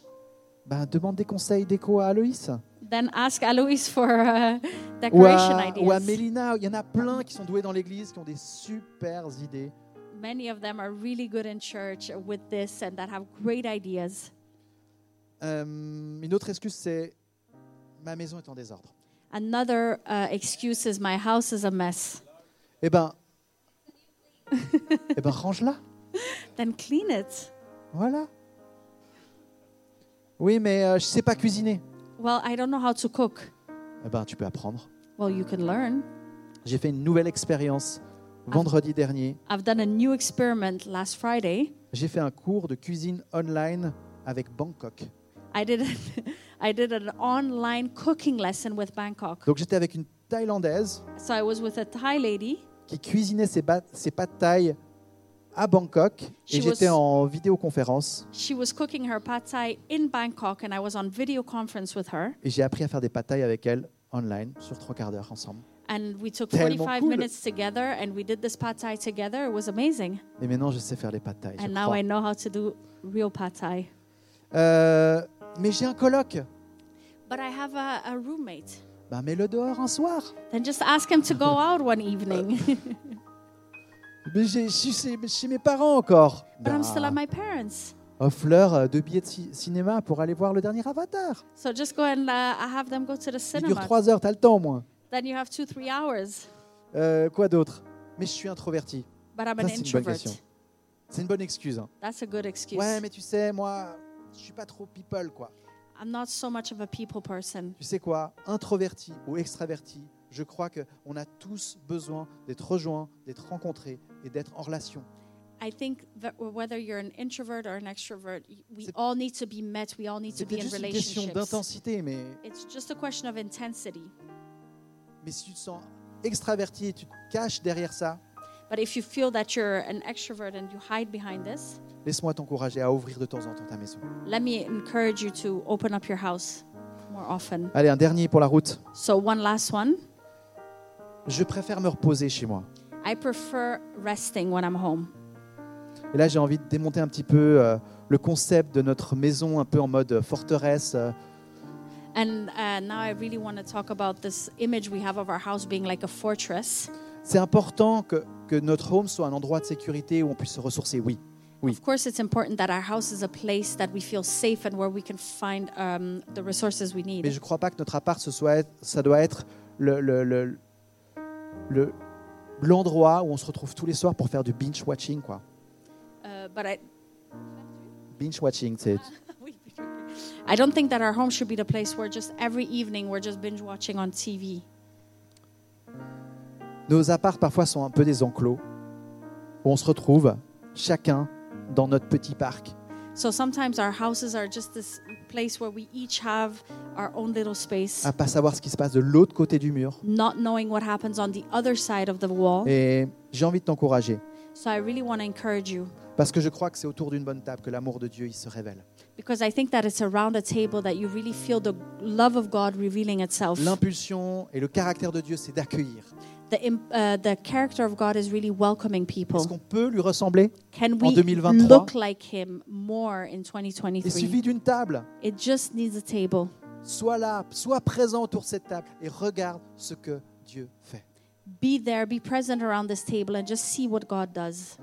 [SPEAKER 1] Ben, demande des conseils déco à Aloïs.
[SPEAKER 2] Then ask Alois for uh,
[SPEAKER 1] Ou
[SPEAKER 2] decoration
[SPEAKER 1] à, ou à
[SPEAKER 2] ideas.
[SPEAKER 1] Mélina. Il y en a plein qui sont doués dans l'église, qui ont des super idées.
[SPEAKER 2] Many of them are really good in church with this and that have great ideas.
[SPEAKER 1] Euh, une autre excuse, c'est ma maison est en désordre.
[SPEAKER 2] Another uh, excuse is my house is a mess.
[SPEAKER 1] Eh ben, *laughs* eh ben range-la.
[SPEAKER 2] Then clean it.
[SPEAKER 1] Voilà. Oui, mais euh, je sais pas cuisiner.
[SPEAKER 2] Well, I don't know how to cook.
[SPEAKER 1] Eh ben, tu peux apprendre.
[SPEAKER 2] Well, you can learn.
[SPEAKER 1] J'ai fait une nouvelle expérience vendredi dernier.
[SPEAKER 2] I've done a new experiment last Friday.
[SPEAKER 1] J'ai fait un cours de cuisine online avec Bangkok.
[SPEAKER 2] I did an, *laughs* I did an online cooking lesson with Bangkok.
[SPEAKER 1] Donc j'étais avec une Thaïlandaise
[SPEAKER 2] So I was with a Thai lady.
[SPEAKER 1] qui cuisinait ses, ba- ses pâtes thaï à Bangkok et
[SPEAKER 2] She
[SPEAKER 1] j'étais
[SPEAKER 2] was-
[SPEAKER 1] en vidéoconférence
[SPEAKER 2] She was cooking her pad thai in Bangkok, and I was on video conference with her.
[SPEAKER 1] et j'ai appris à faire des pâtes thaï avec elle online sur trois quarts d'heure ensemble.
[SPEAKER 2] And we took
[SPEAKER 1] Tellement
[SPEAKER 2] 45
[SPEAKER 1] cool.
[SPEAKER 2] minutes together, and we did this pad thai together. It was amazing.
[SPEAKER 1] Et maintenant je sais faire les pâtes thaï. je
[SPEAKER 2] and now
[SPEAKER 1] crois.
[SPEAKER 2] I know how to do real pad thai.
[SPEAKER 1] Euh, mais j'ai un coloc.
[SPEAKER 2] But I have a, a roommate.
[SPEAKER 1] Ben mets-le dehors un soir.
[SPEAKER 2] Then just ask him
[SPEAKER 1] *laughs*
[SPEAKER 2] to go out one
[SPEAKER 1] Uh,
[SPEAKER 2] evening.
[SPEAKER 1] Mais j'ai- je suis chez, chez mes parents encore.
[SPEAKER 2] but I'm still
[SPEAKER 1] Ben,
[SPEAKER 2] at my parents.
[SPEAKER 1] Offre-leur euh, deux billets de ci- cinéma pour aller voir le dernier Avatar.
[SPEAKER 2] So just go and uh, have them go to the
[SPEAKER 1] Il dure
[SPEAKER 2] cinema.
[SPEAKER 1] trois heures, t'as le temps au moins.
[SPEAKER 2] Then you have two, three hours.
[SPEAKER 1] Euh, quoi d'autre Mais je suis introverti.
[SPEAKER 2] But I'm
[SPEAKER 1] Ça,
[SPEAKER 2] an
[SPEAKER 1] c'est une bonne
[SPEAKER 2] introvert.
[SPEAKER 1] question. C'est une bonne excuse. hein.
[SPEAKER 2] That's a good excuse.
[SPEAKER 1] Ouais, mais tu sais, moi, je suis pas trop people, quoi.
[SPEAKER 2] I'm not so much of a people person.
[SPEAKER 1] Tu sais quoi Introverti ou extraverti, je crois qu'on a tous besoin d'être rejoints, d'être rencontrés et d'être en relation.
[SPEAKER 2] I think that whether you're an introvert or an extrovert, y- we
[SPEAKER 1] C'est-
[SPEAKER 2] all need to be met. We all need to
[SPEAKER 1] C'est
[SPEAKER 2] be
[SPEAKER 1] peut-être
[SPEAKER 2] in
[SPEAKER 1] juste une question
[SPEAKER 2] relationships.
[SPEAKER 1] d'intensité, mais,
[SPEAKER 2] It's just a question of intensity.
[SPEAKER 1] mais si tu te sens extraverti et tu te caches derrière ça,
[SPEAKER 2] But if you feel that you're an extrovert and you hide behind this,
[SPEAKER 1] Laisse-moi t'encourager à ouvrir de temps en temps ta maison.
[SPEAKER 2] Let me encourage you to open up your house more often.
[SPEAKER 1] Allez, un dernier pour la route.
[SPEAKER 2] So, one last one.
[SPEAKER 1] Je préfère me reposer chez moi.
[SPEAKER 2] I prefer resting when I'm home.
[SPEAKER 1] Et là, j'ai envie de démonter un petit peu euh, le concept de notre maison un peu en mode forteresse. euh,
[SPEAKER 2] And uh, now I really want to talk about this image we have of our house being like a fortress.
[SPEAKER 1] C'est important que, que notre home soit un endroit de sécurité où on puisse se ressourcer, oui. Oui.
[SPEAKER 2] Of course, it's important that our house is a place that we feel safe and where we can find um, the resources we
[SPEAKER 1] Mais
[SPEAKER 2] need.
[SPEAKER 1] je ne crois pas que notre appart, ce soit être- ça doit être le- le- le- le- l'endroit où on se retrouve tous les soirs pour faire du binge watching, quoi.
[SPEAKER 2] Uh, but I, *laughs*
[SPEAKER 1] Binge watching, c'est
[SPEAKER 2] I don't think that our home should be the place where just every evening we're just binge watching on TV.
[SPEAKER 1] Nos apparts parfois sont un peu des enclos où on se retrouve chacun dans notre petit parc.
[SPEAKER 2] So sometimes our houses are just this place where we each have our own little space,
[SPEAKER 1] à pas savoir ce qui se passe de l'autre côté du mur.
[SPEAKER 2] not knowing what happens on the other side of the wall.
[SPEAKER 1] Et j'ai envie de t'encourager
[SPEAKER 2] So I really want to encourage you
[SPEAKER 1] parce que je crois que c'est autour d'une bonne table que l'amour de Dieu il se révèle.
[SPEAKER 2] because I think that it's around a table that you really feel the love of God revealing itself.
[SPEAKER 1] L'impulsion et le caractère de Dieu, c'est d'accueillir.
[SPEAKER 2] The, im- uh, the character of God is really welcoming
[SPEAKER 1] Est-ce
[SPEAKER 2] people.
[SPEAKER 1] qu'on peut lui ressembler
[SPEAKER 2] Can we
[SPEAKER 1] 2023?
[SPEAKER 2] look like Him more in
[SPEAKER 1] Il
[SPEAKER 2] 2023?
[SPEAKER 1] suffit d'une table.
[SPEAKER 2] It just needs a table.
[SPEAKER 1] Sois là, sois présent autour de cette table et regarde ce que Dieu fait.
[SPEAKER 2] Be there, be present around this table, and just see what God does.